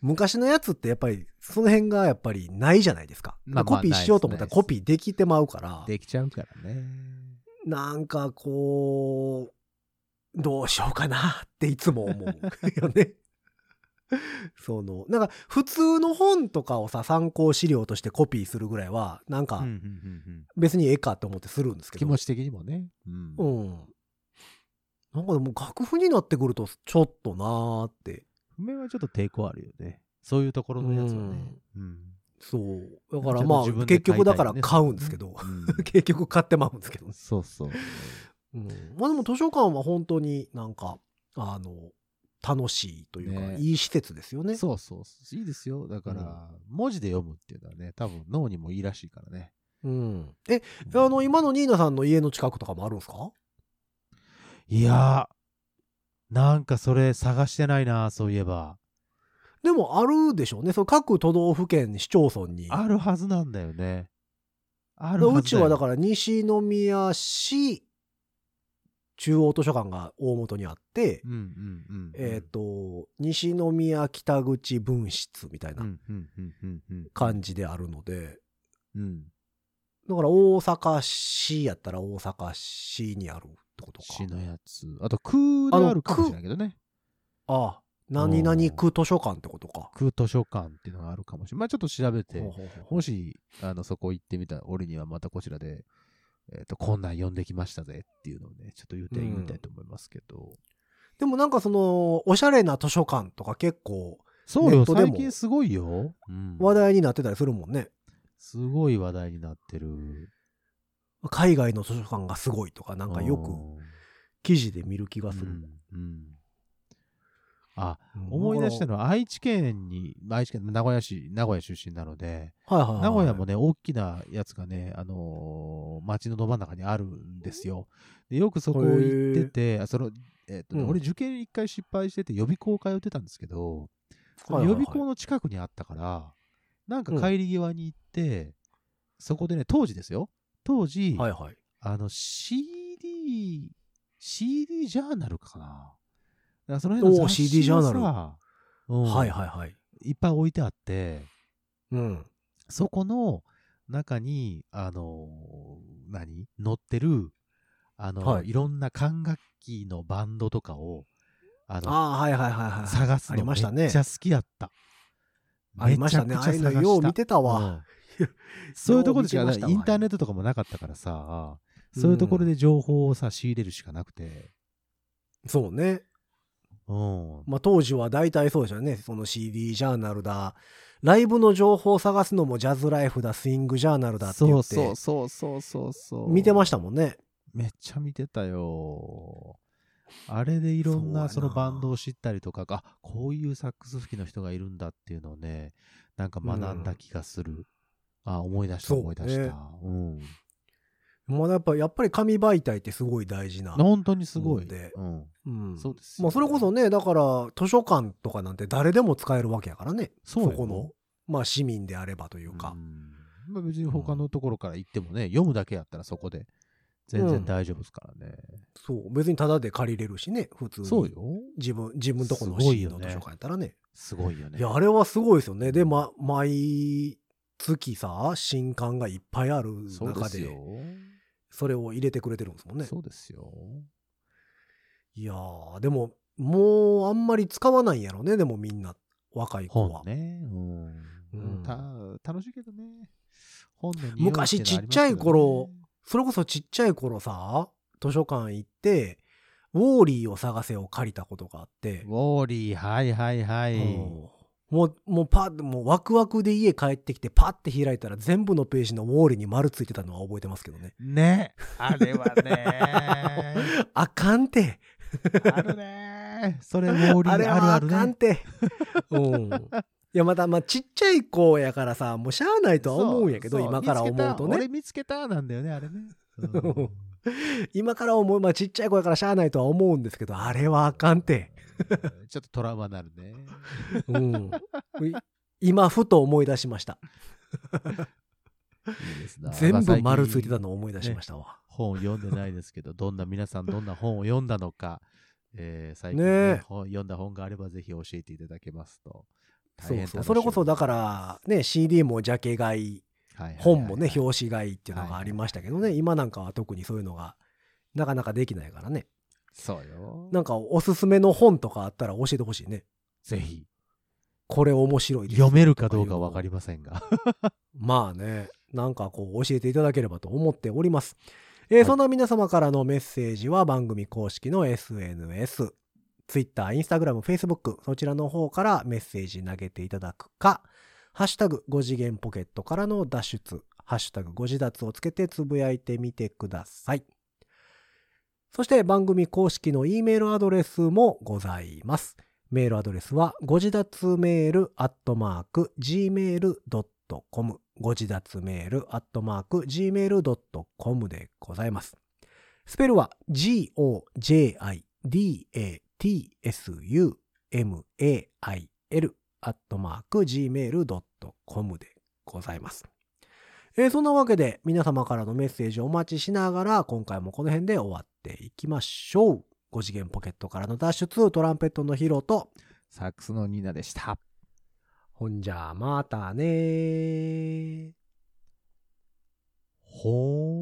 B: 昔のやつってやっぱり、その辺がやっぱりないじゃないですか。
C: まあまあ
B: コピーしようと思ったら
C: ないです
B: コピーできてまうから、
C: できちゃうからね。
B: なんかこう、どうしようかなっていつも思うよね。 その、なんか普通の本とかをさ、参考資料としてコピーするぐらいは、なん
C: うんう
B: か
C: んうんうん
B: 別にええかと思ってするんですけ
C: 気
B: ど。
C: 持ち的にもね。うん
B: うん。なんかでも楽譜になってくるとちょっとなーって。
C: 譜面はちょっと抵抗あるよね。そういうところのやつはね。うん。
B: そう。だから
C: ちょっと
B: まあ、
C: 自分で
B: 結局だから
C: 買いたい
B: 買
C: よね
B: うんですけど。
C: うん
B: 結局買ってまうんです けどね。
C: そうそう。
B: うん、まあでも図書館は本当になんか、あの、楽しいというか、
C: ね
B: いい施設ですよね。
C: そうそう。いいですよ。だから、文字で読むっていうのはね、多分脳にもいいらしいからね。
B: うん。え、
C: うん
B: あの、今のニーナさんの家の近くとかもあるんですか
C: いやー、なんかそれ探してないな、そういえば。
B: でもあるでしょうね。そう各都道府県、市町村に。
C: あるはずなんだよね。あるはずだよ
B: うちはだから西宮市中央図書館が大元にあって、
C: うんうんうんうん。
B: えっ、と、西宮北口分室みたいうなん
C: うんうんうんうん
B: 感じであるので、
C: うん。
B: だから大阪市やったら大阪市にあるってことか。
C: 市のやつ。あと、空であるかもしれないけどね。
B: ああ、何々区図書館ってことか。
C: 空図書館っていうのがあるかもしれない。まあちょっと調べて
B: ほう、ほうほう
C: もし、あの、そこ行ってみた俺にはまたこちらで、えっ、と、こんなん読んできましたぜっていうのをね、ちょっと言って、
B: うん
C: 言いたいと思いますけど。
B: でもなんかその、おしゃれな図書館とか結構
C: そう
B: ネッ
C: よ、
B: トでも
C: 最近すごいよ。うん
B: 話題になってたりするもんね。
C: すごい話題になってる。
B: 海外の図書館がすごいとか、なんかよく記事で見る気がす
C: う
B: る。
C: んうんあ、
B: うん
C: 思い出した
B: だ
C: のは愛知県に、愛知県、名古屋市、名古屋出身なので、
B: からはいはいはい、
C: 名古屋もね、大きなやつがね、あのー街のど真ん中にあるんですよ。でよくそこ行ってて、あその、えっとね
B: うん
C: 俺受験一回失敗してて予備校通ってたんですけど、その
B: はいはい
C: 予
B: はい
C: 備校の近くにあったから、なんか帰り際に行って、そこでね、当時ですよ。当時、
B: はいはい。
C: あの CD、CD ジャーナルかな。だからその辺
B: お
C: の
B: ー
C: 雑
B: CD
C: 誌
B: ジャ
C: が
B: ー
C: さ、
B: ナル
C: うん
B: はいはいはい。
C: いっぱい置いてあって、
B: うん。
C: そこの中に、あのー何載ってる、あのー
B: はい
C: い、ろんな管楽器のバンドとかを、あの、
B: ああ、はいはいはいはい。
C: 探す
B: あり
C: のめ
B: ま
C: っ
B: したね
C: ちゃ好きだった。
B: ありましたね。
C: め
B: あ
C: ち
B: あ
C: ゃく
B: いう
C: ちゃ
B: の
C: 探した
B: よう見てたわ。
C: うんそういうところで し
B: よ
C: か、
B: う見てました
C: だから
B: わ
C: インターネットとかもなかったからさ、そういうところで情報をさ、仕入れるしかなくて。
B: そうね。
C: うん。
B: まあ当時は大体そうでしたね。その CD ジャーナルだ。ライブの情報を探すのもジャズライフだ、スイングジャーナルだって言
C: そ
B: っ
C: うそ
B: て
C: うそうそうそうそう。
B: 見てましたもんね。
C: めっちゃ見てたよ。あれでいろんな
B: そ
C: そう
B: やな
C: のバンドを知ったりとか、あこういうサックス吹きの人がいるんだっていうのをね、なんか学んだ気がする。あ、思い出した
B: そう
C: 思い出した。
B: ね
C: うん。
B: まあ、やっぱやっぱり紙媒体ってすごい大事な、
C: 本当にすごい。
B: で
C: うん。
B: うん
C: そうですよ
B: まあ、それこそねだから図書館とかなんて誰でも使えるわけやからね
C: そ
B: そう
C: よ
B: この、まあ、市民であればというか、
C: んまあ、別に他のところから行ってもね、読むだけやったらそこで全
B: う
C: 然
B: ん
C: 大丈夫ですからね。
B: そう別にタダで借りれるしね普通に
C: そうよ。
B: 自分自分とこの
C: すごい
B: 市
C: よ
B: の
C: ね
B: 図書館やったらね
C: すごいよね。
B: いやあれはすごいですよねで、ま、毎月さ新刊がいっぱいある
C: そうで
B: 中
C: すよ
B: で。それを入れてくれてるんですもんね
C: そうですよ。
B: いやーでももうあんまり使わないんやろねでもみんな若い子は
C: 本、ね。うん。
B: うん
C: た楽しいけどね。本の匂いってのはあります
B: 昔
C: けど
B: ち
C: ね
B: っちゃい頃、それこそちっちゃい頃さ図書館行ってウォーリーを探せを借りたことがあって
C: ウ、ォーリー、はいはいはい。
B: うんもうもうパッもうワクワクで家帰ってきてパッて開いたら全部のページのウォーリーに丸ついてたのは覚えてますけどね
C: ね。あれはね。
B: あかんて
C: あるね。それ、ウォーリー
B: あ
C: あ
B: れ
C: る
B: は
C: あ
B: あ
C: る
B: かん
C: ね。
B: て、うんいやまたまあちっちゃい子やからさもうしゃあないとは思うんやけど
C: そそ
B: 今から思うとね
C: 見つけた俺見つけたなんだよね、あれね。
B: ん今から思う、まあ、ちっちゃい子やからしゃあないとは思うんですけど、あれはあかんて。
C: うん。ちょっとトラウマになるね。
B: うん、 い今、ふと思い出しました。
C: いいですな
B: 全
C: まあ
B: 部丸ついてた
C: 最近
B: のを思い出しましたわ。
C: 本を読んでないですけど、どんな皆さんどんな本を読んだのか、えー最近、
B: ね
C: ね
B: え
C: 本読んだ本があればぜひ教えていただけますと。
B: そ
C: 大
B: う
C: 変
B: そう。
C: 楽し
B: それこそ、
C: みで
B: だ
C: す
B: から、ね、CD もジャケ買い、
C: はいはいはいはい
B: 本もね、表紙買いっていうのがありましたけど
C: はい
B: ね、今なんかは特にそういうのが、なかなかできないからね。
C: そうよ。
B: なんか、おすすめの本とかあったら教えてほしいね。
C: ぜひ、
B: これ面白いです
C: 読めるかどうかわかりませ んが。
B: まあね、なんかこう教えていただければと思っております。えー
C: はい
B: そんな皆様からのメッセージは番組公式の SNS、Twitter、Instagram、Facebook、そちらの方からメッセージ投げていただくか、ハッシュタグ5次元ポケットからの脱出、ハッシュタグ5次脱をつけてつぶやいてみてください。そして番組公式の E メールアドレスもございます。メールアドレスは、ご自立メールアットマーク gmail.com ご自立メールアットマーク gmail.com でございます。スペルは g-o-j-i-d-a-t-s-u-m-a-i-l アットマーク gmail.com でございます。えーそんなわけで皆様からのメッセージをお待ちしながら今回もこの辺で終わっていきましょう。5次元ポケットからの脱出トランペットのヒロと
C: サックスのニーナでした。
B: ほんじゃまたねー。
C: ほーん。